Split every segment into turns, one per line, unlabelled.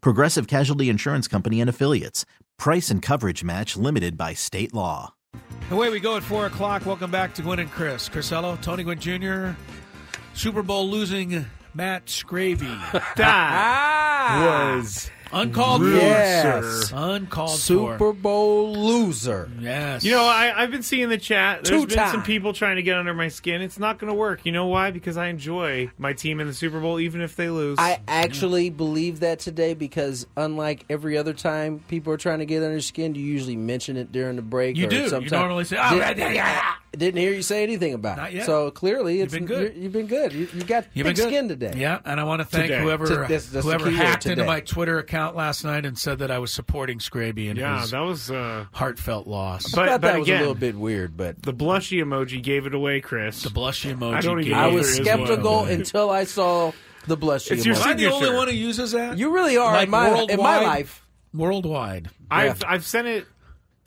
Progressive Casualty Insurance Company and Affiliates. Price and coverage match limited by state law.
Away we go at 4 o'clock. Welcome back to Gwen and Chris. Crisello, Tony Gwynn Jr., Super Bowl losing Matt Scravy.
Ah.
that was
Uncalled
Yes.
for. Uncalled for.
Super Bowl loser.
Yes.
You know, I, I've been seeing the chat. There's been
Two-time.
some people trying to get under my skin. It's not going to work. You know why? Because I enjoy my team in the Super Bowl, even if they lose.
I
Mm-hmm.
actually believe that today because unlike every other time people are trying to get under your skin, you usually mention it during the break.
You
or
do. You
Sometime.
normally say, "Oh,
Did-
yeah, yeah."
Didn't hear you say anything about
Not
it.
yet.
So clearly, it's
been good.
you're- You've been good. You, you got
You've been
thick
good.
skin today.
Yeah, and I want to thank
Today.
whoever
To- that's- that's the
whoever
key word,
hacked into
today.
my Twitter account last night and said that I was supporting Scraby and
yeah,
his
that was. Uh,
heartfelt loss.
I
but
thought
but
that was
again,
a little bit weird, but
the blushy emoji gave it away, Chris.
the blushy emoji.
I don't even
gave
know
I
Yeah,
was
there is one.
skeptical until I saw the blush.
It's your
Am I the
signature.
only one who uses that?
You really are in my in my
worldwide?
life.
Worldwide.
I've I've sent it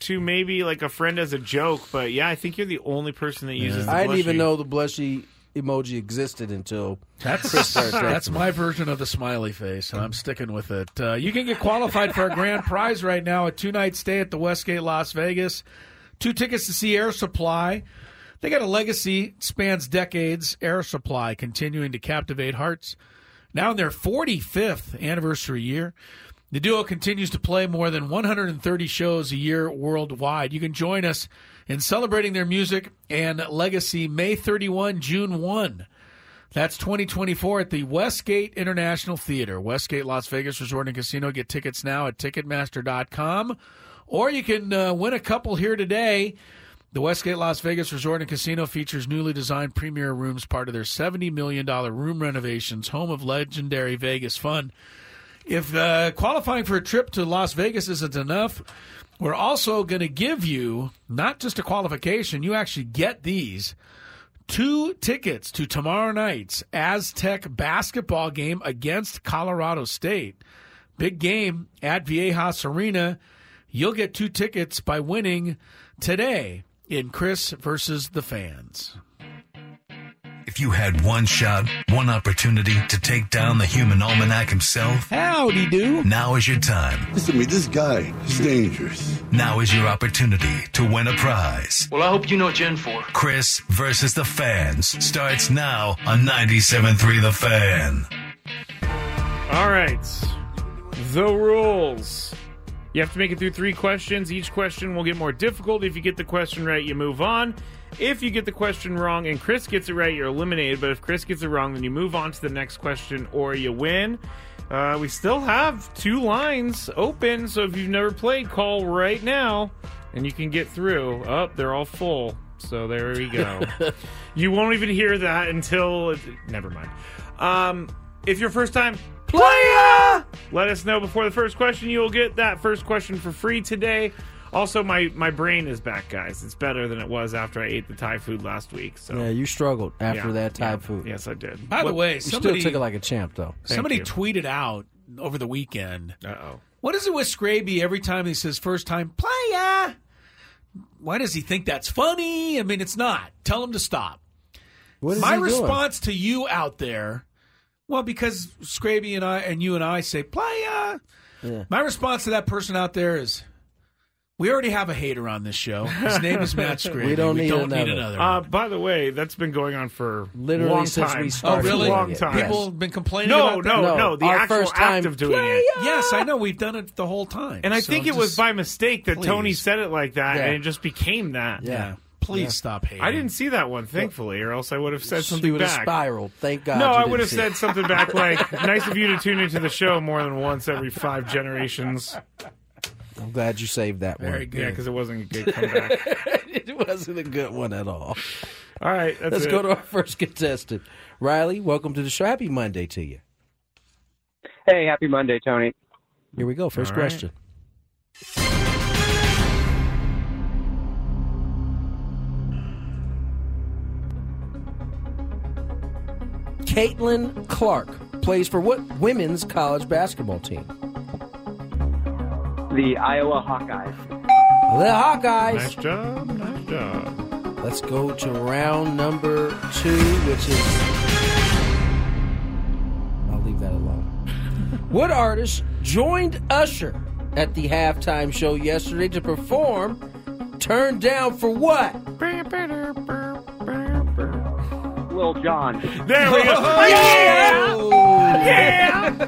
to maybe like a friend as a joke, but yeah, I think you're the only person that uses. The
I didn't even
blushy.
know the blushy emoji existed until
That's
Sartre.
that's my version of the smiley face, and I'm sticking with it. Uh, you can get qualified for a grand prize right now: a two night stay at the Westgate Las Vegas, two tickets to see Air Supply. They got a legacy spans decades. Air Supply continuing to captivate hearts. Now in their 45th anniversary year, the duo continues to play more than 130 shows a year worldwide. You can join us in celebrating their music and legacy May 31, June 1. That's 2024 at the Westgate International Theater, Westgate Las Vegas Resort and Casino. Get tickets now at Ticketmaster.com. Or you can uh, win a couple here today. The Westgate Las Vegas Resort and Casino features newly designed premier rooms, part of their $70 million room renovations, home of legendary Vegas fun. If uh, qualifying for a trip to Las Vegas isn't enough, we're also going to give you not just a qualification, you actually get these two tickets to tomorrow night's Aztec basketball game against Colorado State. Big game at Viejas Arena. You'll get two tickets by winning today in Chris versus the fans.
If you had one shot, one opportunity to take down the human almanac himself,
Howdy do.
now is your time.
Listen to me, this guy is dangerous.
Now is your opportunity to win a prize.
Well, I hope you know what you're in for.
Chris versus the fans starts now on 97.3 The Fan.
All right. The rules. You have to make it through three questions. Each question will get more difficult. If you get the question right, you move on. If you get the question wrong and Chris gets it right, you're eliminated. But if Chris gets it wrong, then you move on to the next question or you win. Uh, we still have two lines open, so if you've never played, call right now and you can get through. Up, they're all full. So there we go. you won't even hear that until. Never mind. Um, if your first time, player. Let us know before the first question. You will get that first question for free today. Also, my my brain is back, guys. It's better than it was after I ate the Thai food last week. So
Yeah, you struggled after
Yeah,
that Thai
yeah.
food.
Yes, I did.
By the way,
you
somebody,
still took it like a champ, though.
somebody
you.
tweeted out over the weekend
uh oh.
What is it with Scraby every time he says first time playa? Why does he think that's funny? I mean, it's not. Tell him to stop.
What is
My
he
response to you out there, well, because Scraby and I and you and I say playa. My response to that person out there is, We already have a hater on this show. His name is Matt Scrady.
We don't need another.
Uh, by the way, that's been going on for
Literally
long
since
time.
we
oh,
started
really?
Long
doing it.
time.
People have been complaining
No,
about
no, no,
that.
No,
The
our
actual
first
act
time
of doing it.
Yes, I know. We've done it the whole time.
And I
So
think it was
just-
by mistake that Tony
Please.
said it like that,
Yeah.
and it just became that.
Yeah.
Yeah. Please stop hating.
I didn't see that one, thankfully, or else I would have said
We
something
would have
back.
spiraled. Thank God.
no,
you
I
didn't
would have
see
said
it.
something back like, "Nice of you to tune into the show more than once every five generations."
I'm glad you saved that
Very
one.
good.
Yeah, because it wasn't a good comeback.
it wasn't a good one at all.
All right, that's
Let's
it.
go to our first contestant, Riley. Welcome to the show. Happy Monday to you.
Hey, happy Monday, Tony.
Here we go. First
All right.
question. Caitlin Clark plays for what women's college basketball team?
The Iowa Hawkeyes.
The Hawkeyes.
Nice job, nice job.
Let's go to round number two, which is. I'll leave that alone. what artist joined Usher at the halftime show yesterday to perform Turned Down for What?
Lil John.
There we go.
Oh,
Yeah.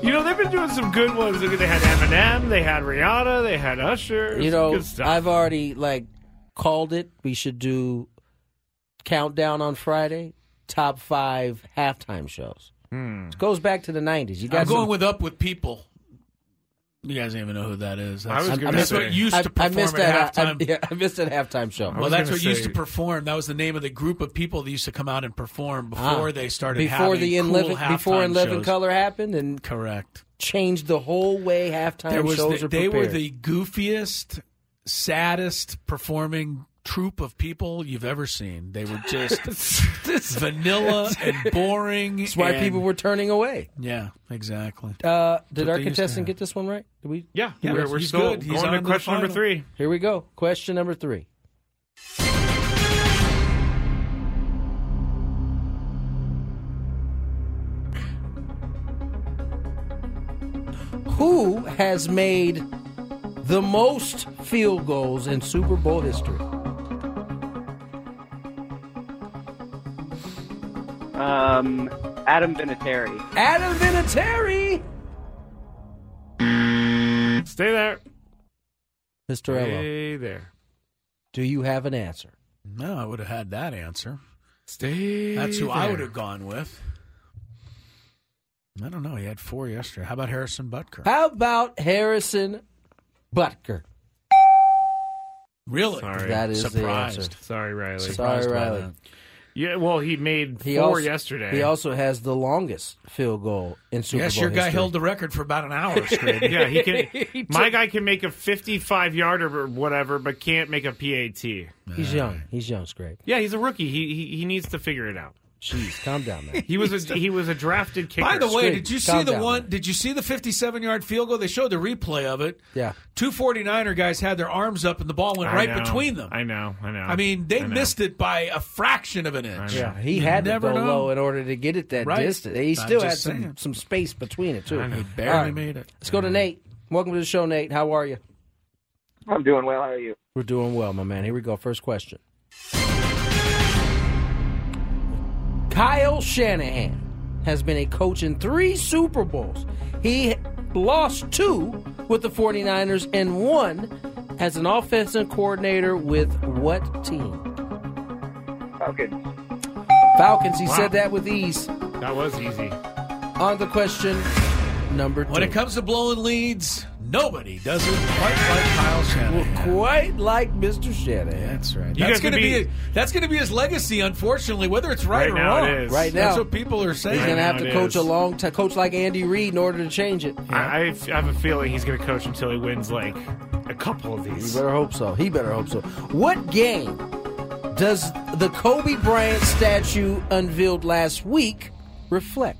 you know they've been doing some good ones. Look, they had Eminem, they had Rihanna, they had Usher. Some
You know,
good stuff.
I've already, like, called it. We should do Countdown on Friday, top five halftime shows. It goes back to the 90s.
Hmm.
You
I'm
got
going
some-
with up with people. You guys don't even know who that is. That's,
I was gonna
that's
say-
what used
I,
to
I
perform
missed
at
that. uh, I,
halftime.
yeah, I missed that halftime show.
Well,
was
that's
gonna
what used
say-
to perform. That was the name of the group of people that used to come out and perform before
Ah.
they started
before
having
the in
cool
living
halftime
before in living
shows.
color happened and
Correct.
changed the whole way halftime
There was
shows
the-
are
they
prepared.
were the goofiest, saddest performing troupe of people you've ever seen. They were just vanilla and boring.
That's why
and-
people were turning away.
Yeah, exactly.
Uh, did
what
our
they used to
contestant
have.
get this one right? Did we?
yeah,
Yeah,
we're, we're
he's
still
good. He's
going
on
to
to the
question number
final.
three.
Here we go. Question number three. Who has made the most field goals in Super Bowl history?
Um, Adam Vinatieri.
Adam Vinatieri.
Stay there.
Mr. Ello,
Stay there.
do you have an answer?
No, I would have had that answer.
Stay.
That's who
there.
I would have gone with. I don't know. He had four yesterday. How about Harrison Butker?
How about Harrison Butker?
Really?
Sorry.
That is
Surprised.
the answer.
Sorry, Riley.
Sorry,
by
Riley.
that.
Yeah, well, he made
He
four
also,
yesterday.
He also has the longest field goal in Super
Yes,
Bowl
your guy
history.
held the record for about an hour straight.
yeah, he can. my guy can make a 55 yarder or whatever, but can't make a PAT.
He's young. He's young, Scrape.
Yeah, he's a rookie. He he, he needs to figure it out.
Jeez, calm down, man.
He was a he was a drafted kicker.
By the way,
Screen.
did you see
Calm
the
down,
one?
man.
Did you see the 57 yard field goal? They showed the replay of it.
Yeah.
Two 49er guys had their arms up and the ball went
I
right
know.
between them.
I know. I know.
I mean, they
I know.
missed it by a fraction of an inch.
Yeah, he had to
never
go
know.
low in order to get it that
Right.
distance. He
I'm
still
just
had some,
saying.
some space between it too.
He
All
barely
right.
made it.
Let's go to Nate. Welcome to the show, Nate. How are you?
I'm doing well. How are you?
We're doing well, my man. Here we go. First question. Kyle Shanahan has been a coach in three Super Bowls. He lost two with the 49ers and one as an offensive coordinator with what team?
Falcons.
Falcons. He
Wow.
said that with ease.
that was easy.
On the question number two.
When it comes to blowing leads, nobody does it quite like Kyle Shanahan.
Quite like Mr. Shanahan.
That's right.
You
that's
guys
going to
would
be,
be-
that's going to be his legacy. Unfortunately, whether it's
Right
right, or
now
wrong,
it is.
Right now,
that's what people are saying.
he's going to have
now
to
it
coach
is.
a long time, coach like Andy Reid in order to change it.
I, I f- I have a feeling he's going to coach until he wins like a couple of
You
these.
better hope so. He better hope so. What game does the Kobe Bryant statue unveiled last week reflect?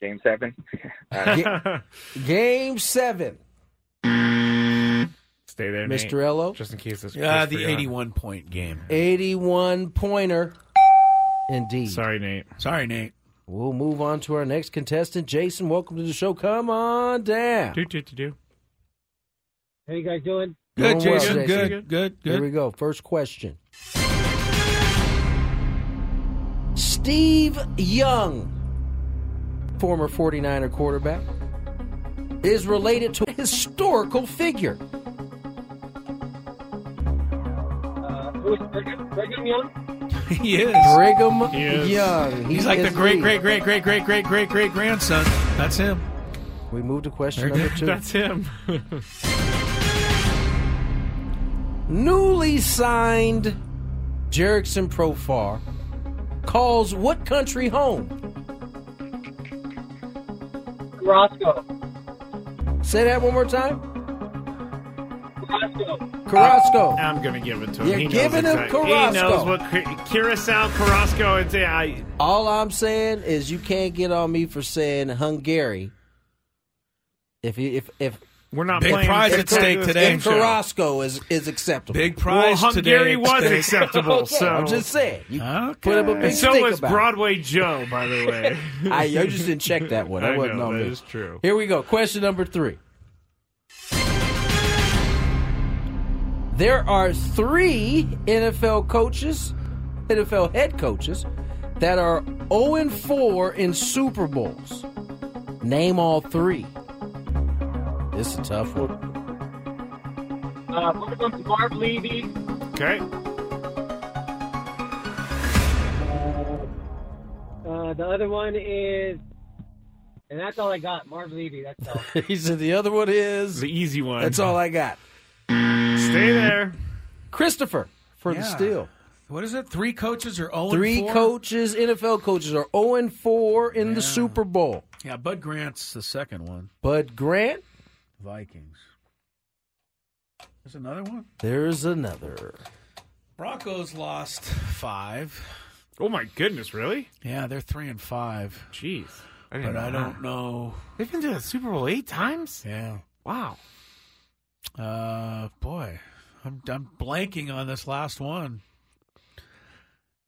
Game seven.
Ga- game seven.
Stay there, Nate,
Mr. Ello,
Just in case this.
Yeah,
this
Ah, the
forgot.
81 point game.
81 pointer. Indeed.
Sorry, Nate.
Sorry, Nate.
We'll move on to our next contestant. Jason, welcome to the show. Come on down.
Do, do, do, do.
How you guys doing?
Doing
Good,
well,
Jason.
Jason.
Good, good,
Here
good.
we go. First question. Steve Young, former 49er quarterback, is related to a historical figure.
Uh, who is Brigham, Brigham Young?
He is.
Brigham
Yes.
Young. He
He's like the
is
great,
the-
great, great, great, great, great, great, great grandson. That's him.
We moved to question
Very
number two.
That's him.
Newly signed Jerickson Profar calls what country home?
Carrasco.
Say that one more time.
Carrasco.
Carrasco.
I'm gonna give it to him.
You're
he knows
giving him
exactly- He
Carrasco.
knows what Cur- Curacao, Carrasco, and I.
All I'm saying is you can't get on me for saying Hungary. If you, if if
We're not
Big
playing.
prize
we're
at
playing
stake
this
today.
game
if
show.
Carrasco is is acceptable.
Big
Well,
prize
Hungary
today.
was
Today.
acceptable,
Okay,
so
I'm just saying. You
Okay.
put up a big
And so
stink
was
about
Broadway Joe, by the way.
it. I, I just didn't check that one.
I
That wasn't
know,
on
that
me.
is true.
Here we go. Question number three. There are three NFL coaches, NFL head coaches, that are 0 4 in Super Bowls. Name all three. This is a tough one.
Uh, one of them's Marv Levy.
Okay.
Uh, the other one is, and that's all I got. Marv Levy. That's all.
he said the other one
It's
is.
the easy one.
That's all I got.
Stay there.
Christopher for the
Yeah.
steal.
What is it? Three coaches or 0
Three
four?
coaches, NFL coaches, are 0 4 in the Super Bowl.
Yeah, Bud Grant's the second one.
Bud Grant,
Vikings. There's another one.
there's another.
Broncos lost five.
Oh my goodness, really?
Yeah, they're three and five.
Jeez. I didn't
But
know
I
that.
don't know.
They've been to the Super Bowl eight times.
Yeah.
Wow.
Uh, boy, I'm I'm blanking on this last one.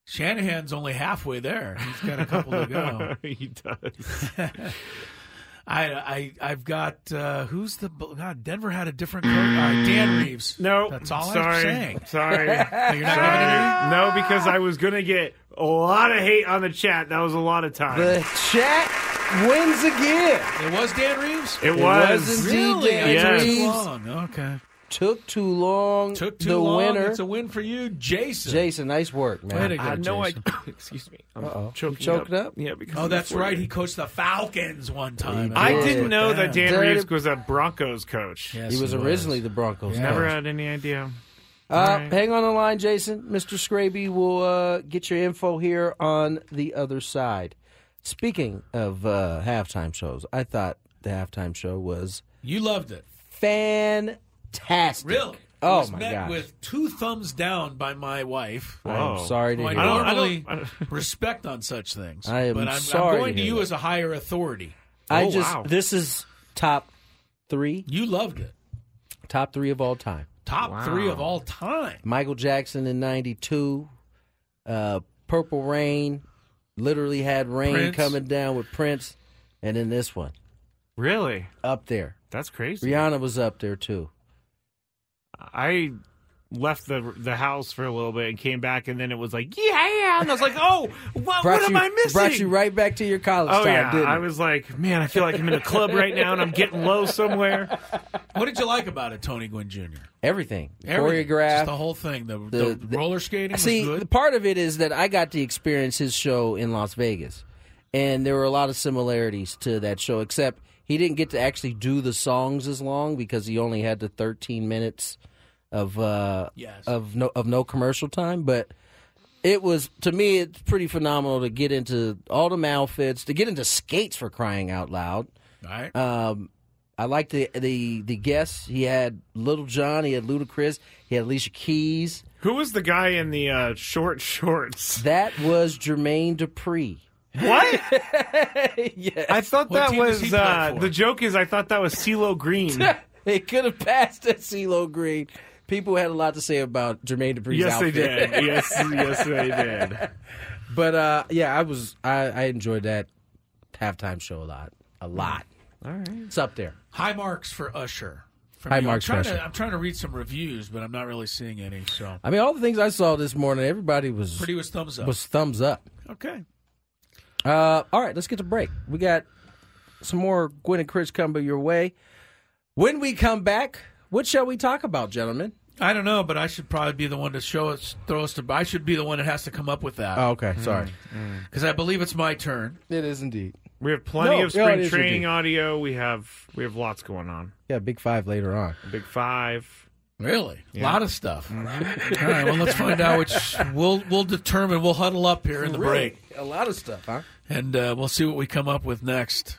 Shanahan's only halfway there. He's got a couple to go.
he does.
I I I've got uh, who's the God? Denver had a different coach. Uh, Dan Reeves.
Mm. No,
that's all
sorry.
I'm saying.
Sorry.
No, You're not giving it
Sorry. No, because I was gonna get a lot of hate on the chat. That was a lot of time.
The chat wins again.
in? It was Dan Reeves.
it
It
was.
wasn't- Really?
Dan
Yes.
Reeves. Long. Okay.
Took too long.
Took too
the
long.
winner.
It's a win for you, Jason.
Jason, nice work, man.
Way to go,
I know. I
Jason.
excuse me. I'm
Uh-oh. You
choking
choked up?
Yeah, because
Oh,
of
that's
the
right. He
48.
coached the Falcons one time.
He
I
Yeah.
didn't know that Dan
Dirty-
Reeves was a Broncos coach.
Yes,
He was originally the Broncos.
Yeah.
coach.
Never had any idea.
Uh,
right.
Hang on the line, Jason. Mr. Scraby will uh, get your info here on the other side. Speaking of uh, halftime shows, I thought the halftime show was
You loved it.
fantastic.
Really? it
Oh
was
my
met
gosh!
with two thumbs down by my wife.
I'm
Whoa.
sorry to
who I
hear.
don't-
that.
I
normally
I don't-
respect on such things.
I am
but I'm,
sorry
I'm going
to
to
hear
you
that.
as a higher authority.
I
Oh,
just
wow.
this is top three,
You loved it.
top three of all time.
Top
Wow.
three of all time.
Michael Jackson in '92, uh, Purple Rain, literally had rain
Prince.
coming down with Prince, and then this one
Really?
up there.
That's crazy.
Rihanna was up there too.
I left the the house for a little bit and came back, and then it was like, yeah, and I was like, oh, what, what
you,
am I missing?
Brought you right back to your college
oh
time,
yeah,
didn't
I
it?
was like, man, I feel like I'm in a club right now, and I'm getting low somewhere.
What did you like about it, Tony Gwynn Jr.?
Everything,
Everything. Just the
choreographed.
whole thing. The,
the-
the, roller skating was
See,
good.
the part of it is that I got to experience his show in Las Vegas, and there were a lot of similarities to that show, except he didn't get to actually do the songs as long because he only had the 13 minutes of uh,
Yes.
of no of no commercial time, but. It was to me. It's pretty phenomenal to get into all them outfits, to get into skates for crying out loud.
All right.
Um, I like the the the guests. He had Little John, he had Ludacris, he had Alicia Keys.
Who was the guy in the uh, short shorts?
That was Jermaine Dupree.
What?
yeah,
I thought
What
that
team does he
was
play
uh,
for?
the joke. Is I thought that was CeeLo Green.
it could have passed at CeeLo Green. People had a lot to say about Jermaine Dupree's
yes, they
outfit.
did. Yes, yes, they did.
But uh, yeah, I was I, I enjoyed that halftime show a lot, a lot.
Mm. All right,
it's up there.
High marks for Usher. from
High
you.
marks for
I'm trying,
Usher.
to, I'm trying to read some reviews, but I'm not really seeing any. So
I mean, all the things I saw this morning, everybody was
Pretty was thumbs up.
Was thumbs up.
okay,
Uh, all right, let's get to break. We got some more Gwen and Chris coming your way. When we come back, what shall we talk about, gentlemen?
I don't know, but I should probably be the one to show us, throw us to. I should be the one that has to come up with that.
Oh, okay, sorry.
because I believe it's my turn.
It is indeed.
We have plenty
No,
of
yeah, it
spring
is
training
indeed.
audio. We have we have lots going on.
Yeah, big five later on.
Big five.
Really, a
Yeah.
lot of stuff. All right, well, let's find out which we'll we'll determine. We'll huddle up here in the
Really?
break,
A lot of stuff, huh?
and uh, we'll see what we come up with next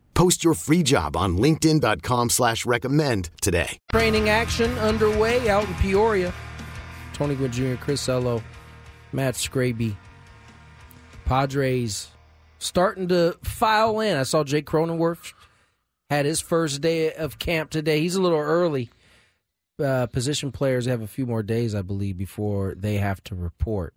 Post your free job on linkedin.com/recommend slash recommend today.
Training action underway out in Peoria. Tony Gwynn Jr., Chris Ello, Matt Scraby. Padres starting to file in. I saw Jake Cronenworth had his first day of camp today. He's a little early. Uh, position players have a few more days, I believe, before they have to report.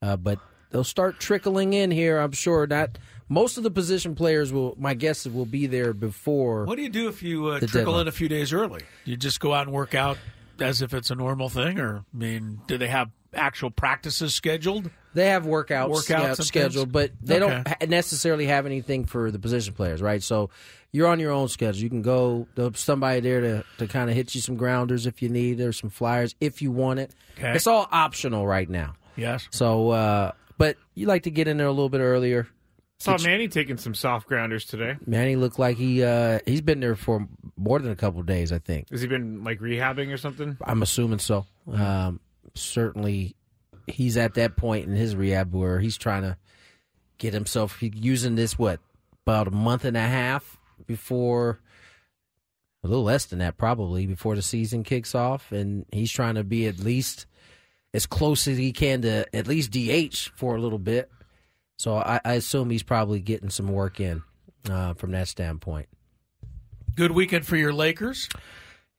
Uh, but they'll start trickling in here, I'm sure. Not most of the position players will. My guess is will be there before.
What do you do if you uh,
The
trickle
deadline.
in a few days early? You just go out and work out as if it's a normal thing, or I mean, do they have actual practices scheduled?
They have workouts,
Workouts
yeah,
and things?
scheduled, but they don't
Okay.
ha- necessarily have anything for the position players, right? So you're on your own schedule. You can go there's somebody there to, to kind of hit you some grounders if you need, or some flyers if you want it.
Okay.
It's all optional right now.
Yes.
So, uh, but you like to get in there a little bit earlier.
Saw Manny taking some soft grounders today.
Manny looked like he uh, he's been there for more than a couple of days, I think.
Has he been like rehabbing or something?
I'm assuming so. Um, certainly, he's at that point in his rehab where he's trying to get himself he- using this what about a month and a half before, a little less than that probably before the season kicks off, and he's trying to be at least as close as he can to at least DH for a little bit. So I, I assume he's probably getting some work in uh, from that standpoint.
Good weekend for your Lakers.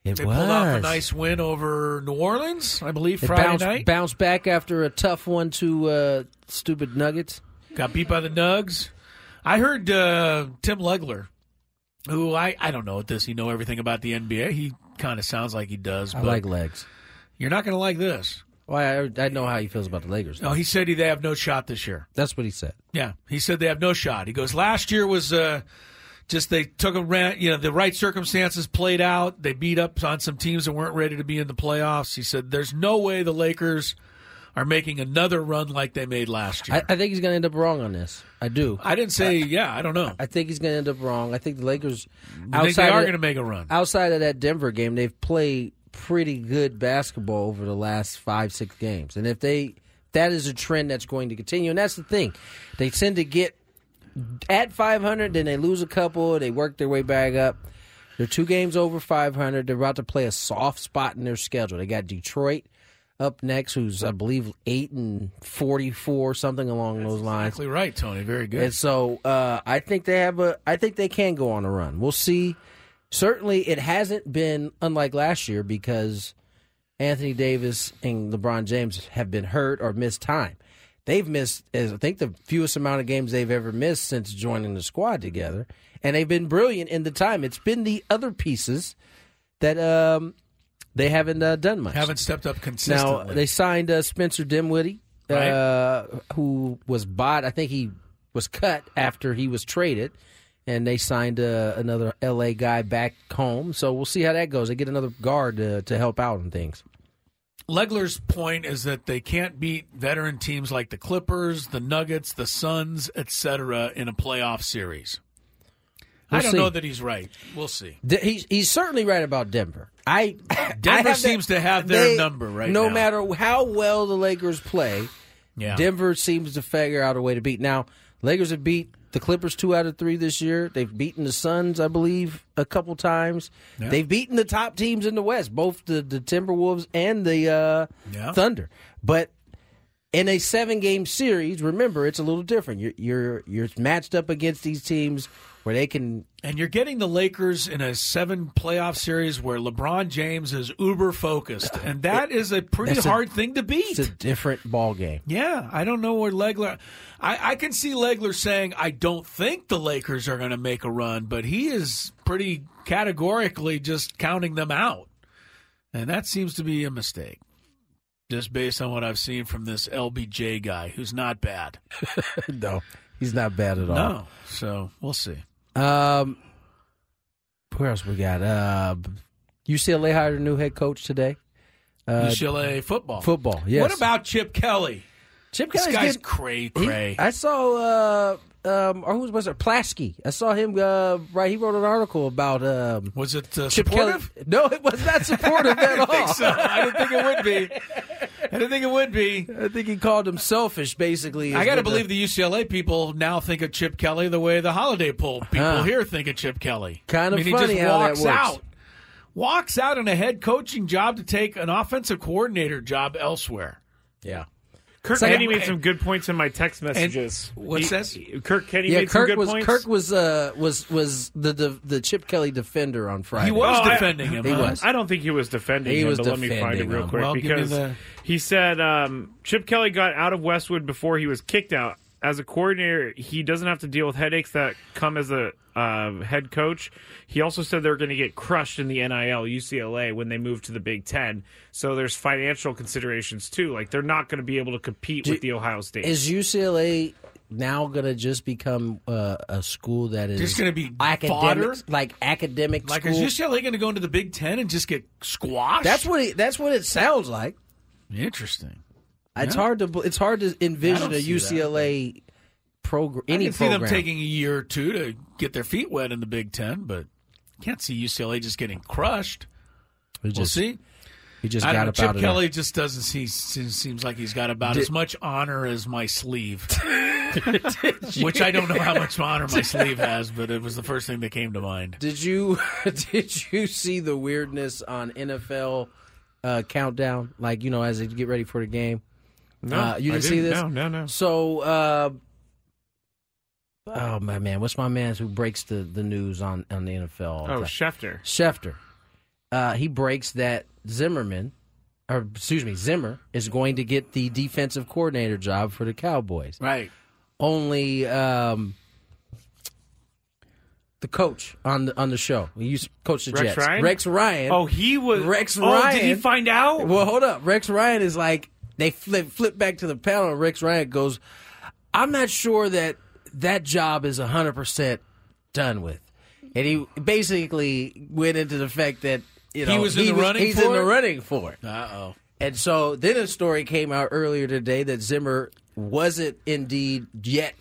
It
they pulled off a
was.
nice win over New Orleans, I believe,
They
Friday
bounced,
night.
bounced back after a tough one to uh, stupid Nuggets.
Got beat by the Nugs. I heard uh, Tim Legler, who I, I don't know at this. He know everything about the NBA. He kind of sounds like he does.
I
but
like legs.
You're not going to like this.
Well, I, I know how he feels about the Lakers.
No, he said he, they have no shot this year.
That's what he said.
Yeah, he said they have no shot. He goes, last year was uh, just they took a rant. You know, the right circumstances played out. They beat up on some teams that weren't ready to be in the playoffs. He said, there's no way the Lakers are making another run like they made last year.
I, I think he's going to end up wrong on this. I do.
I, didn't say, yeah, I don't know.
I think he's going to end up wrong. I think the Lakers
I think they are
of-
going to make a run.
outside of that Denver game, they've played pretty good basketball over the last five, six games. And if they that is a trend that's going to continue. And that's the thing. They tend to get at five hundred, then they lose a couple, they work their way back up. They're two games over 500. They're about to play a soft spot in their schedule. They got Detroit up next, who's I believe eight and 44, something along those lines.
Exactly right, Tony. Very good.
And so uh, I think they have a. I think they can go on a run. We'll see. Certainly, it hasn't been unlike last year because Anthony Davis and LeBron James have been hurt or missed time. They've missed, as I think, the fewest amount of games they've ever missed since joining the squad together, and they've been brilliant in the time. It's been the other pieces that um, they haven't uh, done much.
Haven't stepped up consistently.
Now they signed uh, Spencer Dimwitty, uh, who was bought. I think he was cut after he was traded, and they signed uh, another LA guy back home. So we'll see how that goes. They get another guard uh, to help out and things.
Legler's point is that they can't beat veteran teams like the Clippers, the Nuggets, the Suns, etc. in a playoff series. I
We'll
don't
see.
know that he's right. We'll see.
D- He's, he's certainly right about Denver. I
Denver
I have
seems to have their
they-
number right
No
now.
matter how well the Lakers play,
Yeah.
Denver seems to figure out a way to beat. Now, Lakers have beat the Clippers two out of three this year. They've beaten the Suns, I believe, a couple times.
Yeah.
They've beaten the top teams in the West, both the, the Timberwolves and the uh,
Yeah.
Thunder. But in a seven game series, remember it's a little different. You're you're you're matched up against these teams where they can
And you're getting the Lakers in a seven playoff series where LeBron James is uber focused, and that is a pretty
That's a-
hard thing to beat.
It's a different ball game.
Yeah, I don't know where Legler. I, I can see Legler saying, "I don't think the Lakers are going to make a run," but he is pretty categorically just counting them out, and that seems to be a mistake. Just based on what I've seen from this LBJ guy, who's not bad.
no, he's not bad at all.
No, so we'll see.
Um, where else we got? Uh, UCLA hired a new head coach today. Uh,
UCLA football.
Football, yes.
What about Chip Kelly?
Chip
This
Kelly's
guy's
getting-
cray
he-
cray.
I saw. Uh, um, or who was it? Plasky. I saw him. Uh, right, he wrote an article about. Um,
was it uh,
Chip
supportive?
Kelly. No, it was not supportive at all.
think so. I didn't think it would be. I didn't think it would be.
I think he called him selfish. Basically,
I got to believe the UCLA people now think of Chip Kelly the way the Holiday Poll people
Huh.
here think of Chip Kelly.
Kind of
I mean,
funny
he just
how that
walks
works.
out, walks out on a head coaching job to take an offensive coordinator job elsewhere.
Yeah,
Kirk
So-
Kenny made some good points in my text messages.
what's this?
Kirk Kenny
yeah,
made some
Kirk
good
was
points.
Kirk was uh, was was the, the the Chip Kelly defender on Friday.
Oh, I-
He was.
I don't think he was defending
He
him,
was
but let me find it
defending
real
him.
quick
Well, give me
because
the-
he said um, Chip Kelly got out of Westwood before he was kicked out. As a coordinator, he doesn't have to deal with headaches that come as a uh, head coach. He also said they're going to get crushed in the NIL UCLA when they move to the Big Ten. So there's financial considerations too. Like they're not going to be able to compete with the Ohio State.
Is UCLA now going to just become uh, a school that is
Just gonna be fodder?
academic, like academic
Like,
school?
is UCLA going to go into the Big Ten and just get squashed?
that's what it, that's what it sounds like.
Interesting.
It's
Yeah.
hard to it's hard to
I
envision
don't
a
see that.
UCLA program.
I
Any
can see
program.
them taking a year or two to get their feet wet in the Big Ten, but can't see UCLA just getting crushed.
We
we'll
just-
see.
He just
I don't
got
know,
up
Chip
out of
Kelly just doesn't see seems seems like he's got about
Did-
as much honor as my sleeve,
you-
which I don't know how much honor my sleeve has, but it was the first thing that came to mind.
Did you did you see the weirdness on NFL uh, countdown? Like you know, as they get ready for the game.
No,
uh, you
I
didn't, see
didn't.
this.
No, no, no.
So, uh, oh my man, what's my man who breaks the, the news on on the NFL? all the
Oh,
time?
Schefter.
Schefter. Uh, he breaks that Zimmerman, or excuse me, Zimmer is going to get the defensive coordinator job for the Cowboys.
Right.
Only um, the coach on the on the show. He used coach the
Rex
Jets.
Ryan?
Rex Ryan.
Oh, he was
Rex
Oh,
Ryan.
Did he find out?
Well, hold up. Rex Ryan is like they flip flip back to the panel, and Rex Ryan goes, "I'm not sure that that job is 100 percent done with," and he basically went into the fact that you know
He was in the running
He's
for
in the
it?
running for it,
Uh oh.
and so then a story came out earlier today that Zimmer wasn't indeed yet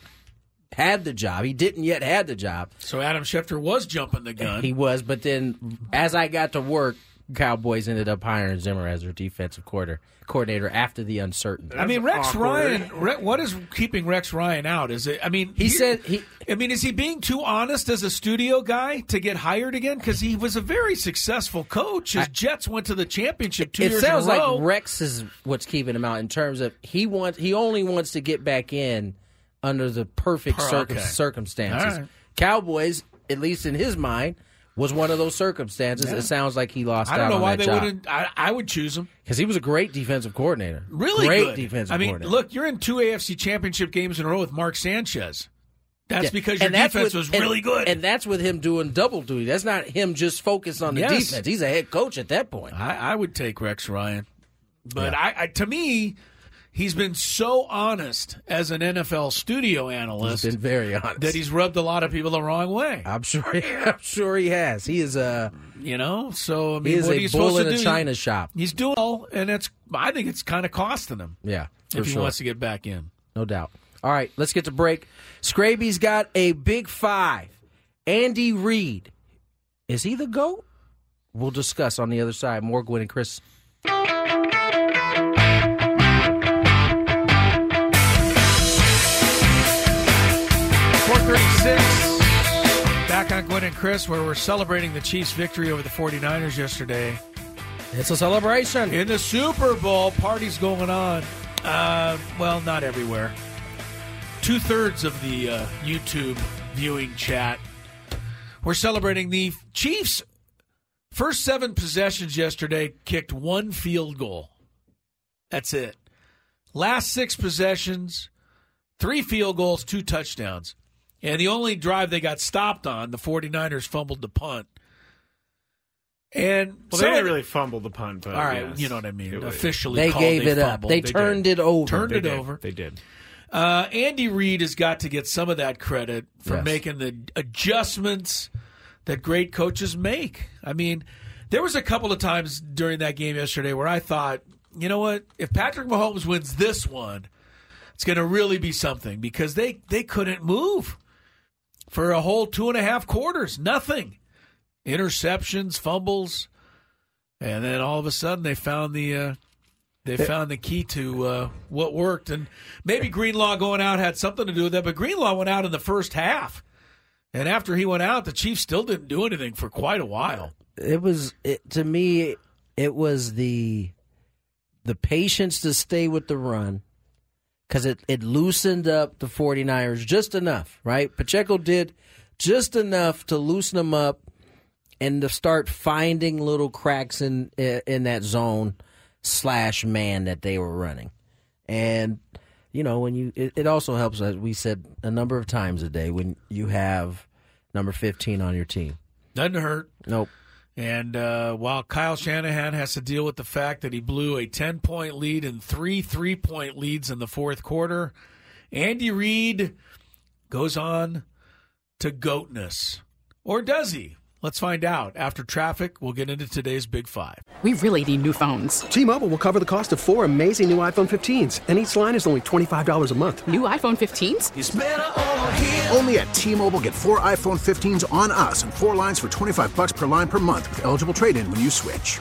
had the job. He didn't yet had the job.
So Adam Schefter was jumping the gun.
He was, but then as I got to work, Cowboys ended up hiring Zimmer as their defensive quarter, coordinator after the uncertainty.
I mean, Rex Ryan. Re, what is keeping Rex Ryan out? Is it? I mean, he, said. He, I mean, is he being too honest as a studio guy to get hired again? Because he was a very successful coach. His Jets went to the championship two
it
years
sounds
in a row.
like Rex is what's keeping him out in terms of he wants he only wants to get back in under the perfect
Per-
circum-
okay.
circumstances.
All right.
Cowboys, at least in his mind, was one of those circumstances.
Yeah.
It sounds like he lost
I don't
out
know
on
why
that
they
job
wouldn't. I, I would choose him.
because he was a great defensive coordinator.
Really
great
good.
defensive
I mean,
coordinator.
look, you're in two AFC championship games in a row with Mark Sanchez. That's
Yeah.
because your
And that's
defense
with-
was really
and,
good.
and that's with him doing double duty. That's not him just focused on the
Yes.
defense. He's a head coach at that point.
I, I would take Rex Ryan, but I, I to me, he's been so honest as an NFL studio analyst.
He's been Uh, very honest.
that he's rubbed a lot of people the wrong way.
I'm sure. I'm sure he has. He is uh, a
you know. So I
he
mean,
is
what
a
are you
bull
supposed
in
to
a
do?
china shop.
He's doing all, and it's I think it's kind of costing him
Yeah, for
if he
sure.
wants to get back in.
No doubt. All right, let's get to break. Scraby's got a big five. Andy Reid. Is he the GOAT? We'll discuss on the other side. More Gwen and Chris.
Four thirty-six. Back on Gwen and Chris, where we're celebrating the Chiefs' victory over the 49ers yesterday.
It's a celebration.
In the Super Bowl, parties going on. Uh, well, not everywhere. Two thirds of the uh, YouTube viewing chat. We're celebrating the Chiefs' first seven possessions yesterday, kicked one field goal. That's it. Last six possessions, three field goals, two touchdowns. And the only drive they got stopped on, the 49ers fumbled the punt. And
Well,
so-
they didn't really fumble the punt, but
All right,
yes.
you know what I mean.
It was-
Officially,
They
called
gave
a
it up.
fumble.
They turned
did.
it over.
Turned
They
it
did.
over.
They did.
Uh, Andy Reid has got to get some of that credit for
Yes.
making the adjustments that great coaches make. I mean, there was a couple of times during that game yesterday where I thought, you know what, if Patrick Mahomes wins this one, it's going to really be something because they they couldn't move for a whole two and a half quarters, nothing, interceptions, fumbles, and then all of a sudden they found the. Uh, they found the key to uh, what worked, and maybe Greenlaw going out had something to do with that. But Greenlaw went out in the first half, and after he went out, the Chiefs still didn't do anything for quite a while.
It was it, to me. It was the the patience to stay with the run because it it loosened up the 49ers just enough. Right, Pacheco did just enough to loosen them up and to start finding little cracks in in that zone slash man that they were running. And you know when you it, it also helps as we said a number of times a day when you have number 15 on your team.
Doesn't hurt.
Nope.
And uh, while Kyle Shanahan has to deal with the fact that he blew a 10 point lead and three three point leads in the fourth quarter, Andy Reid goes on to goatness. Or does he? Let's find out. After traffic, we'll get into today's Big Five.
We really need new phones.
T-Mobile will cover the cost of four amazing new iPhone 15s, and each line is only $25 a month.
New iPhone 15s?
Only at T-Mobile, get four iPhone 15s on us and four lines for 25 bucks per line per month with eligible trade-in when you switch.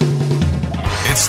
It's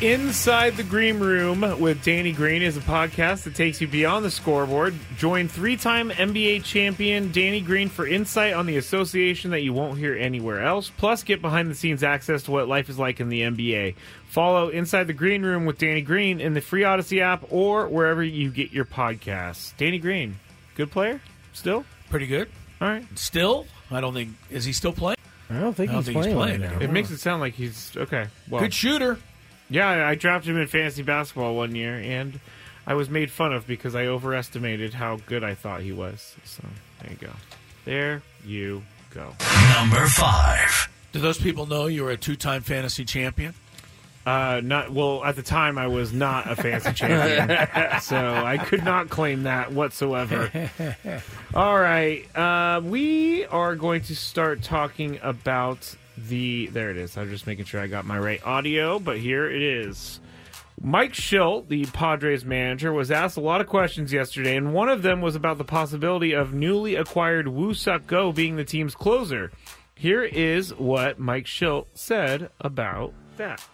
Inside the Green Room with Danny Green is a podcast that takes you beyond the scoreboard. Join three time NBA champion Danny Green for insight on the association that you won't hear anywhere else. Plus, get behind the scenes access to what life is like in the NBA. Follow Inside the Green Room with Danny Green in the free Odyssey app or wherever you get your podcasts. Danny Green, good player? Still?
Pretty good.
All right.
Still? I don't think. Is he still playing?
I don't think
I don't
he's
think he's
playing,
playing
right
now.
now.
It makes it sound like he's okay.
Oh.
Well,
Good shooter.
Yeah, I- I drafted him in fantasy basketball one year, and I was made fun of because I overestimated how good I thought he was. So there you go. There you go.
Number five.
Do those people know you were a two time fantasy champion?
Uh, not well. At the time, I was not a fantasy champion, so I could not claim that whatsoever. All right, uh, we are going to start talking about the. There it is. I'm just making sure I got my right audio, but here it is. Mike Schilt, the Padres manager, was asked a lot of questions yesterday, and one of them was about the possibility of newly acquired Woo Suk Go being the team's closer. Here is what Mike Schilt said about that.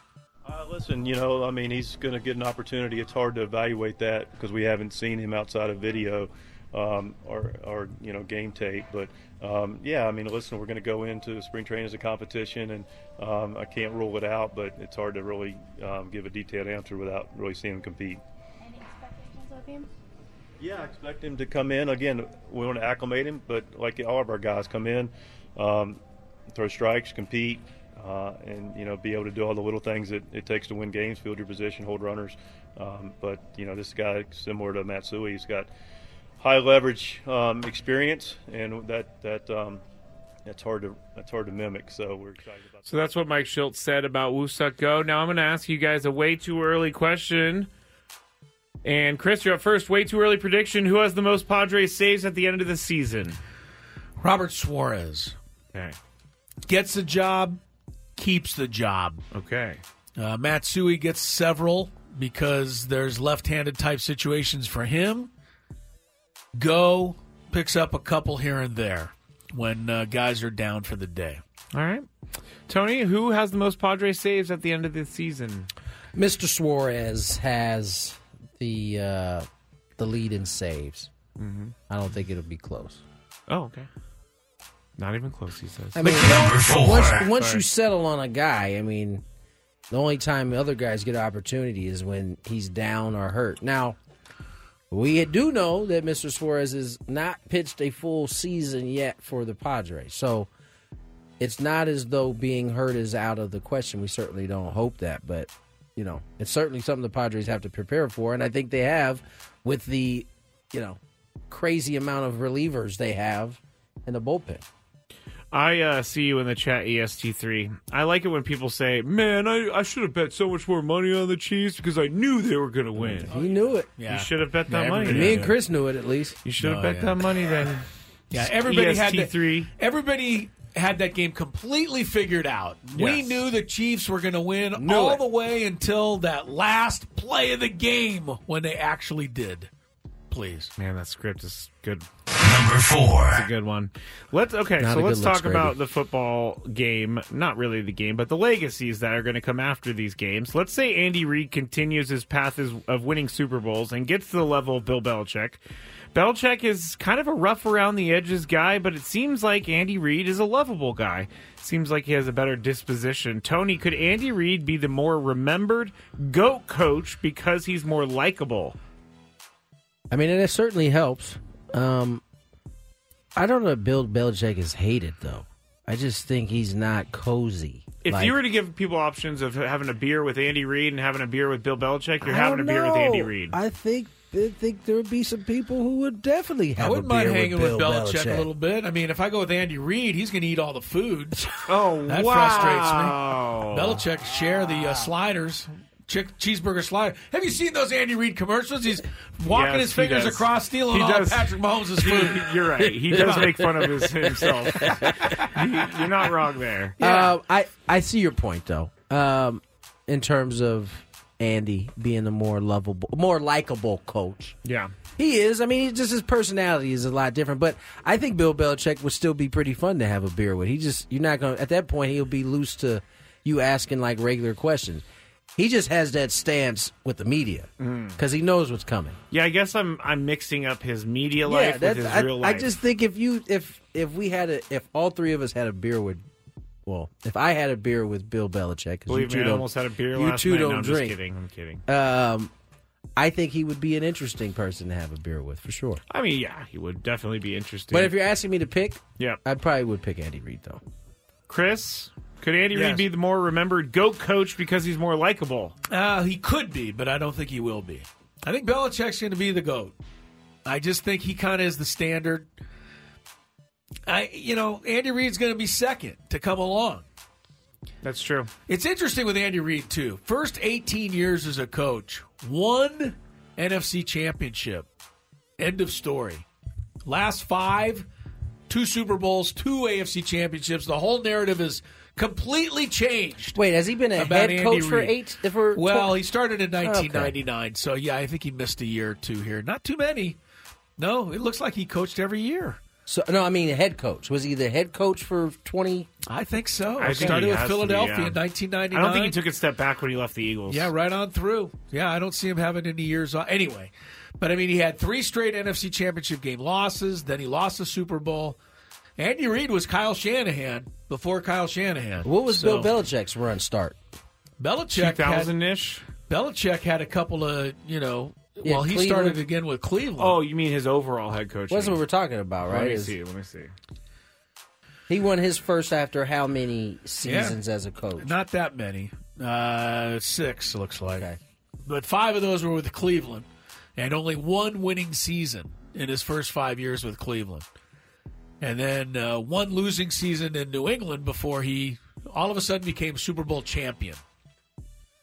Uh, listen, you know, I mean, he's going to get an opportunity. It's hard to evaluate that because we haven't seen him outside of video um, or, or, you know, game tape. But um, yeah, I mean, listen, we're going to go into spring training as a competition, and um, I can't rule it out, but it's hard to really um, give a detailed answer without really seeing him compete. Yeah, I expect him to come in. Again, we want to acclimate him, but like all of our guys, come in, um, throw strikes, compete, uh, and you know be able to do all the little things that it takes to win games, field your position, hold runners. Um, but you know this guy, similar to Matsui, he's got high leverage um, experience, and that that um, that's hard to that's hard to mimic. So we're excited about.
So that's what Mike Schultz said about Woosuck Go. Now I'm going to ask you guys a way too early question. And Chris, you're up first. Way too early prediction. Who has the most Padres saves at the end of the season?
Robert Suarez.
Okay.
Gets the job, keeps the job.
Okay.
Uh, Matsui gets several because there's left handed type situations for him. Go picks up a couple here and there when uh, guys are down for the day.
All right. Tony, who has the most Padres saves at the end of the season?
Mr. Suarez has the uh, the lead in saves.
Mm-hmm.
Mhm.
I don't think it'll be close.
Oh, okay. Not even close, he says.
I mean, once, once you settle on a guy, I mean, the only time other guys get an opportunity is when he's down or hurt. Now, we do know that Mr. Suarez has not pitched a full season yet for the Padres, so it's not as though being hurt is out of the question. We certainly don't hope that, but you know, it's certainly something the Padres have to prepare for, and I think they have with the you know crazy amount of relievers they have in the bullpen.
I uh, see you in the chat, EST3. I like it when people say, man, I, I should have bet so much more money on the Chiefs because I knew they were going to win.
He knew it.
You should have bet that money.
Me and Chris knew it at least.
You should have bet that money then.
Yeah, everybody had
E
that,
EST3.
Everybody had that game completely figured out. We
Yes.
knew the Chiefs were going to win
Knew
all
it.
the way until that last play of the game when they actually did. Please.
Man, that script is good.
Number four.
That's a good one. Let's okay.
Not
so
a good
let's
looks,
talk
Brady.
about the football game. Not really the game, but the legacies that are going to come after these games. Let's say Andy Reid continues his path is- of winning Super Bowls and gets to the level of Bill Belichick. Belichick is kind of a rough around the edges guy, but it seems like Andy Reid is a lovable guy. Seems like he has a better disposition. Tony, could Andy Reid be the more remembered goat coach because he's more likable?
I mean, and it certainly helps. Um, I don't know if Bill Belichick is hated, though. I just think he's not cozy.
If
Like,
you were to give people options of having a beer with Andy Reid and having a beer with Bill Belichick, you're
I
having a
don't
beer with Andy
know.
Reid.
I think I think there would be some people who would definitely have
I wouldn't
a beer
mind hanging
with,
with,
Bill
Belichick, a little bit. I mean, if I go with Andy Reid, he's going to eat all the food.
Oh,
that
wow.
frustrates me. Belichick share the uh, sliders, chick, cheeseburger slider. Have you seen those Andy Reid commercials? He's walking
Yes,
his
he
fingers
does.
across, stealing
He
all
does.
Patrick Mahomes' food.
You're right. He does make fun of his, himself. You- you're not wrong there.
Um, I I see your point though. Um, in terms of Andy being the more lovable, more likable coach.
Yeah.
He is. I mean, he just his personality is a lot different. But I think Bill Belichick would still be pretty fun to have a beer with. He just you're not going to at that point he'll be loose to you asking like regular questions. He just has that stance with the media
Mm.
because he knows what's coming.
Yeah, I guess I'm I'm mixing up his media
Yeah,
life with
that's-
his
I,
real
I
life.
just think if you if if we had a if all three of us had a beer with, well, if I had a beer with Bill Belichick, 'cause
believe
you
me, I
two don't-
almost had a beer
you
last
two
night.
don't
no, I'm just
drink.
kidding. I'm kidding.
Um, I think he would be an interesting person to have a beer with for sure.
I mean, yeah, he would definitely be interesting.
But if Uh, you're asking me to pick,
yeah,
I probably would pick Andy Reid though.
Chris, could Andy
Yes.
Reid be the more remembered goat coach because he's more likable?
Uh, he could be, but I don't think he will be. I think Belichick's going to be the goat. I just think he kind of is the standard. I, you know, Andy Reid's going to be second to come along.
That's true.
It's interesting with Andy Reid too. First 18 years as a coach, one NFC championship. End of story. Last five, two Super Bowls, two AFC championships. The whole narrative is completely changed.
Wait, has he been a
about
head
Andy
coach for
Reid.
eight? For
Well,
tw-
he started in
Okay.
1999, so yeah, I think he missed a year or two here. Not too many. No, it looks like he coached every year.
So no, I mean head coach. Was he the head coach for twenty?
I think so.
I think
started
he
with
has to be,
Philadelphia
yeah.
in 1999.
I don't think he took a step back when he left the Eagles.
Yeah, right on through. Yeah, I don't see him having any years off. Anyway, but I mean, he had three straight NFC championship game losses. Then he lost the Super Bowl. Andy Reid was Kyle Shanahan before Kyle Shanahan.
What was
So,
Bill Belichick's run start?
Belichick?
2000
had-
ish.
Belichick had a couple of, you know,
Yeah,
well, he
Cleveland.
started again with Cleveland.
Oh, you mean his overall head coach?
That's what we're talking about, right?
Let me
Is-
see. Let me see.
He won his first after how many seasons as a coach?
Not that many. Uh, six, looks like. But five of those were with Cleveland, and only one winning season in his first five years with Cleveland. And then uh, one losing season in New England before he all of a sudden became Super Bowl champion.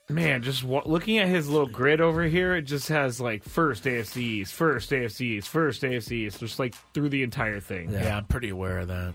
Man, just wa- looking at his little grid over here, it just has like first AFC East, first AFC East, first AFC East, just like through the entire thing.
Yeah, I'm pretty aware of that.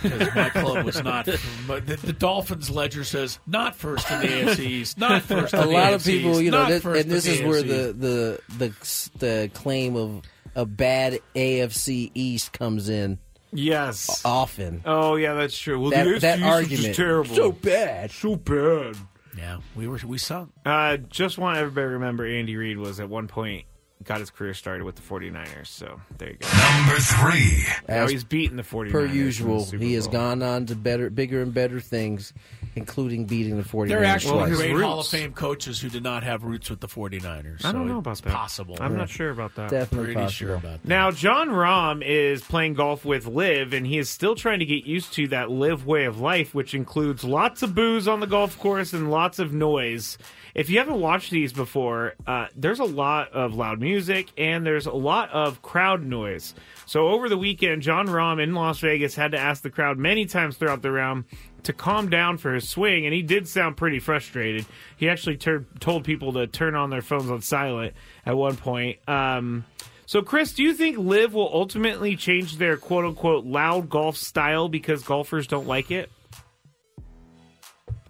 Because my club was not. but The, the Dolphins ledger says not first in the AFC East, not first. In
a
the
lot of
AFC
people,
East,
you know,
not
this,
first
and this
in
is where
AFC East."
the, the the the claim of a bad AFC East comes in.
Yes,
often.
Oh yeah, that's true. Well,
Uh,
the AFC
That- that
East is
argument.
just terrible.
So bad.
So bad.
Yeah, we were we sunk.
Uh, just want everybody to remember Andy Reid was at one point got his career started with the 49ers. So there you go.
Number three.
Now
As
he's beating the 49ers.
Per
in the
usual,
Super
he has
Bowl.
gone on to better, bigger and better things, including beating the 49ers.
They're actually
twice.
great Hall of Fame coaches who did not have roots with the 49ers.
I don't
so
know about
it's
that.
Possible.
I'm not sure about that.
Definitely
Pretty
possible.
sure about
Now, John Rahm is playing golf with Liv, and he is still trying to get used to that Liv way of life, which includes lots of booze on the golf course and lots of noise. If you haven't watched these before, uh, there's a lot of loud music and there's a lot of crowd noise. So, over the weekend, John Rahm in Las Vegas had to ask the crowd many times throughout the round to calm down for his swing, and he did sound pretty frustrated. He actually tur- told people to turn on their phones on silent at one point. Um, so, Chris, do you think Live will ultimately change their quote unquote loud golf style because golfers don't like it?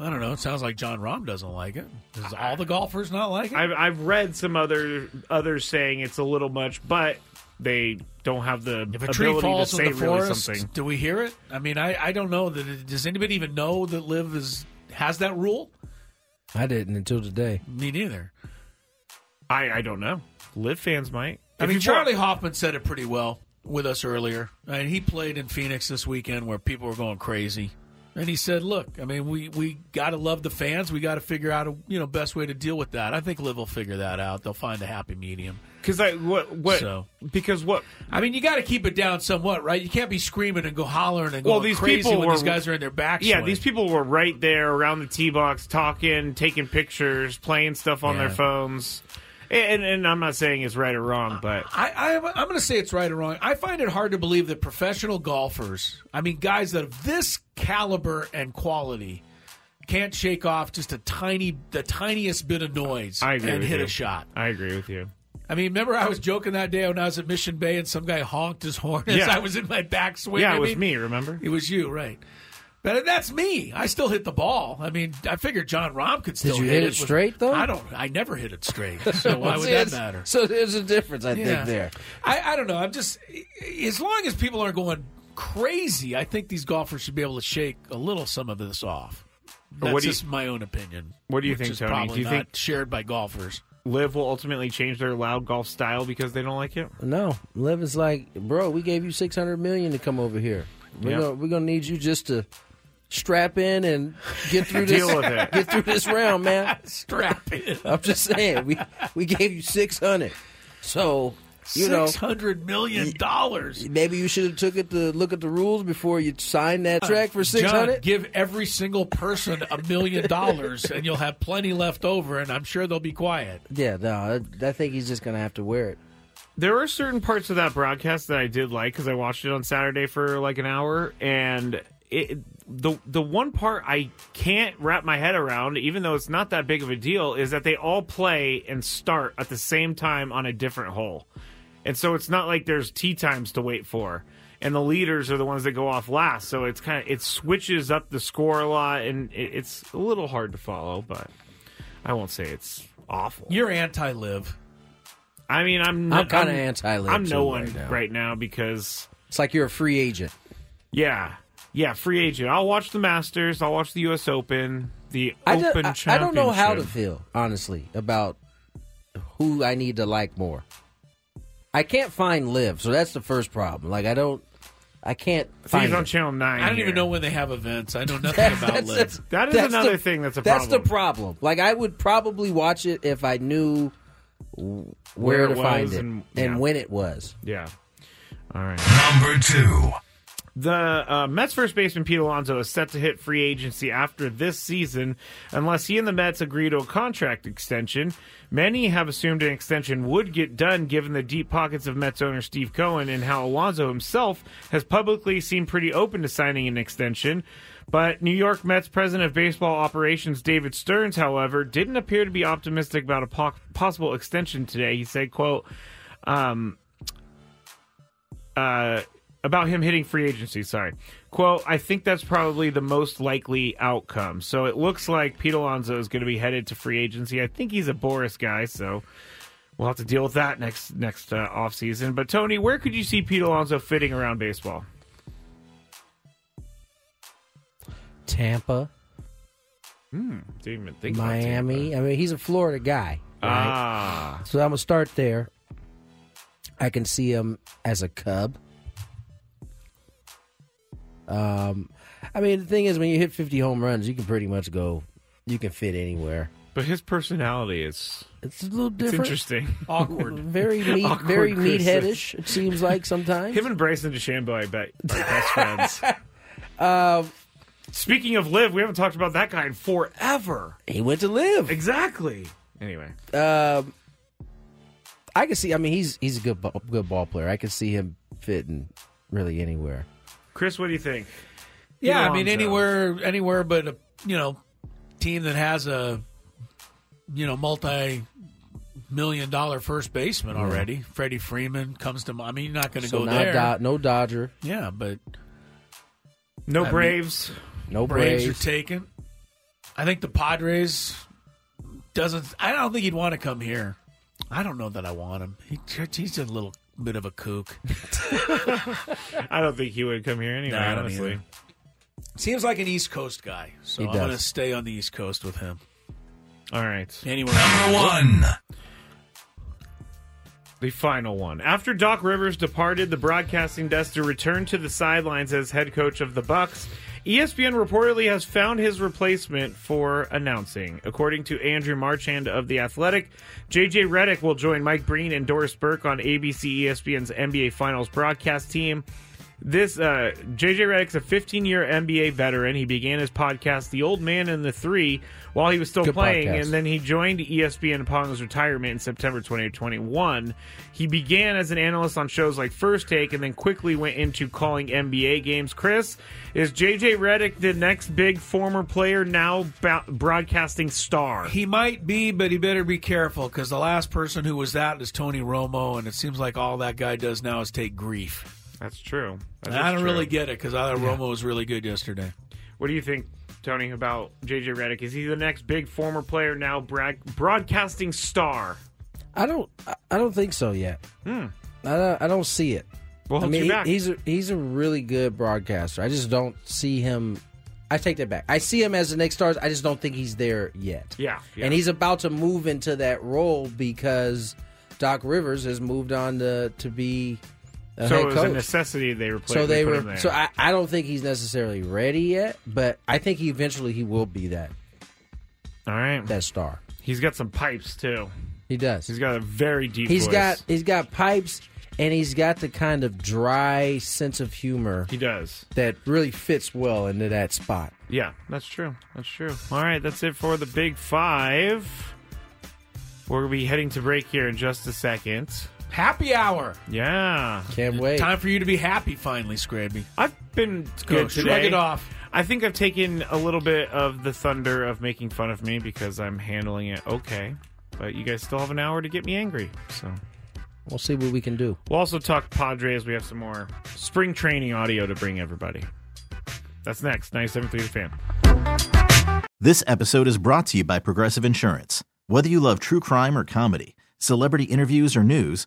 I don't know. It sounds like John Rahm doesn't like it. Does all the golfers not like it?
I've, I've read some other others saying it's a little much, but they don't have the
If a tree
ability
falls
to
in
say
the
really
forest,
something.
do we hear it? I mean, I, I don't know. That it- does anybody even know that Live is has that rule?
I didn't until today.
Me neither.
I I don't know. Live fans might.
I
If
mean,
you
Charlie Hoffman said it pretty well with us earlier. I mean, he played in Phoenix this weekend where people were going crazy. And he said, "Look, I mean, we we got to love the fans. We got to figure out a you know best way to deal with that. I think Live will figure that out. They'll find a happy medium.
Because I what what because what
I mean, you got to keep it down somewhat, right? You can't be screaming and go hollering and going
well, these
crazy
people
when
were,
these guys are in their backswing.
Yeah, these people were right there around the tee box, talking, taking pictures, playing stuff on
Yeah.
their phones. And, and I'm not saying it's right or wrong, but
I, I I'm going to say it's right or wrong. I find it hard to believe that professional golfers, I mean, guys that of this caliber and quality, can't shake off just a tiny, the tiniest bit of noise
I agree
and
with
hit
you.
a shot.
I agree with you.
I mean, remember I was joking that day when I was at Mission Bay and some guy honked his horn as
Yeah.
I was in my backswing.
yeah,
I
it was
mean,
me. Remember?
It was you, right? But that's me. I still hit the ball. I mean, I figured John Rom could still
you
hit,
hit it
with-
straight, though?
I don't. I never hit it straight. So why would
See,
that
it's-
matter?
So there's a difference, I
Yeah.
think, there.
I, I don't know. I'm just as long as people aren't going crazy, I think these golfers should be able to shake a little some of this off.
But
That's
what do you-
just my own opinion.
What do you
which
think,
is
Tony?
Probably
Do you
not
think-
shared by golfers?
Live will ultimately change their loud golf style because they don't like it.
No, Liv is like, bro, we gave you six hundred million to come over here. We're
Yeah.
gonna we're gonna need you just to strap in and get through this
Deal with it.
get through this round, man.
strap in.
I'm just saying, we we gave you six hundred. So you know
Six hundred million dollars.
maybe you should have took it to look at the rules before you signed that track for
Uh, John,
six hundred.
Give every single person a million dollars, and you'll have plenty left over. And I'm sure they'll be quiet.
Yeah, no, I, I think he's just gonna have to wear it.
There were certain parts of that broadcast that I did like because I watched it on Saturday for like an hour, and it, the the one part I can't wrap my head around, even though it's not that big of a deal, is that they all play and start at the same time on a different hole, and so it's not like there's tee times to wait for, and the leaders are the ones that go off last, so it's kind of it switches up the score a lot, and it, it's a little hard to follow, but I won't say it's awful.
You're anti-live.
I mean, I'm
I'm kinda anti-Lib
I'm
too
no one
right now.
right now because
It's like you're a free agent.
yeah, yeah, free agent. I'll watch the Masters. I'll watch the U.S. Open, the
I
Open
don't, I-
Championship.
I don't know how to feel honestly about who I need to like more. I can't find live, so that's the first problem. Like I don't, I can't find. it.
Nine.
I don't even know when they have events. I know nothing about live.
That is
that's
another thing that's a
That's the problem. Like I would probably watch it if I knew where,
Where it
to find
was
it
and-
and,
yeah.
when it was.
Yeah. All right.
Number two.
The uh, Mets first baseman Pete Alonso is set to hit free agency after this season, unless he and the Mets agree to a contract extension. Many have assumed an extension would get done, given the deep pockets of Mets owner Steve Cohen and how Alonso himself has publicly seemed pretty open to signing an extension. But New York Mets president of baseball operations David Stearns, however, didn't appear to be optimistic about a po- possible extension today. He said, "quote." Um, uh, about him hitting free agency. Sorry. Quote, I think that's probably the most likely outcome. So it looks like Pete Alonso is going to be headed to free agency. I think he's a Boris guy, so we'll have to deal with that next next uh, offseason. But Tony, where could you see Pete Alonso fitting around baseball?
Tampa,
Hmm. Didn't even think about Tampa.
Miami. I mean, he's a Florida guy. right?
Ah.
So I'm gonna start there. I can see him as a cub. Um, I mean, the thing is, when you hit 50 home runs, you can pretty much go. You can fit anywhere.
But his personality is
it's a little different.
interesting. Awkward.
Very meat,
Awkward
very meat
Chris.
headish. It seems like sometimes.
Him and Bryson DeChambeau, I bet, are best friends.
Uh,
Speaking of live, we haven't talked about that guy in forever.
He went to live
exactly. Anyway,
Um, I can see. I mean, he's he's a good ball, good ball player. I can see him fitting really anywhere.
Chris, what do you think?
Yeah,
Pete
I mean
Alonso.
anywhere anywhere but a you know team that has a you know multi million dollar first baseman
Yeah.
already. Freddie Freeman comes to m- I mean you're not going to
So
go
not
there.
Do- no Dodger,
yeah, but
No
I mean,
Braves.
no
Braves
Braves.
are taken. I think the Padres doesn't I don't think he'd want to come here. I don't know that I want him. He, he's a little
bit of a kook.
I don't think he would come here anyway.
No, I don't
honestly,
either. Seems like an East Coast guy, so
He
I'm
does.
going to stay on the East Coast with him.
All right.
Anywhere
Number
else.
one. The final one. After Doc Rivers departed the broadcasting desk to return to the sidelines as head coach of the Bucks, E ESPN reportedly has found his replacement for announcing. According to Andrew Marchand of The Athletic, JJ Reddick will join Mike Breen and Doris Burke on ABC ESPN's NBA Finals broadcast team. This uh, JJ Reddick's a 15-year NBA veteran. He began his podcast "The Old Man and the Three while he was still
Good
playing,
podcast.
and then he joined E ESPN upon his retirement in September 2021. He began as an analyst on shows like First Take, and then quickly went into calling NBA games. Chris, is JJ Reddick the next big former player now ba- broadcasting star?
He might be, but he better be careful because the last person who was that is Tony Romo, and it seems like all that guy does now is take grief.
That's true. That
And I
is
don't
true.
really get it because I thought
Yeah.
Romo was really good yesterday.
What do you think, Tony, about JJ Reddick? Is he the next big former player now brag- broadcasting star?
I don't. I- I don't think so yet.
Hmm.
I don't, I don't see it.
Well,
I
hold
mean,
you
he-
back.
he's a, he's a really good broadcaster. I just don't see him. I take that back. I see him as the next stars. I just don't think he's there yet.
Yeah, yeah.
And he's about to move into that role because Doc Rivers has moved on to to be a
so
head
it was
coach.
a necessity they replaced.
so they
put
were.
him there.
So I, I don't think he's necessarily ready yet, but I think he eventually he will be that.
All right,
that star.
He's got some pipes too.
He does.
He's got a very deep.
He's
voice.
got he's got pipes and he's got the kind of dry sense of humor
He does.
that really fits well into that spot.
Yeah, that's true. That's true. All right, that's it for the Big Five. We'll be heading to break here in just a second.
Happy hour.
Yeah,
can't wait.
Time for you to be happy finally, Scrappy.
I've been
Go,
good
shrug
today.
it off.
I think I've taken a little bit of the thunder of making fun of me because I'm handling it okay. But you guys still have an hour to get me angry, so
We'll see what we can do.
We'll also talk Padres. We have some more spring training audio to bring everybody. That's next. 97.3 The Fan.
This episode is brought to you by Progressive Insurance. Whether you love true crime or comedy, celebrity interviews or news,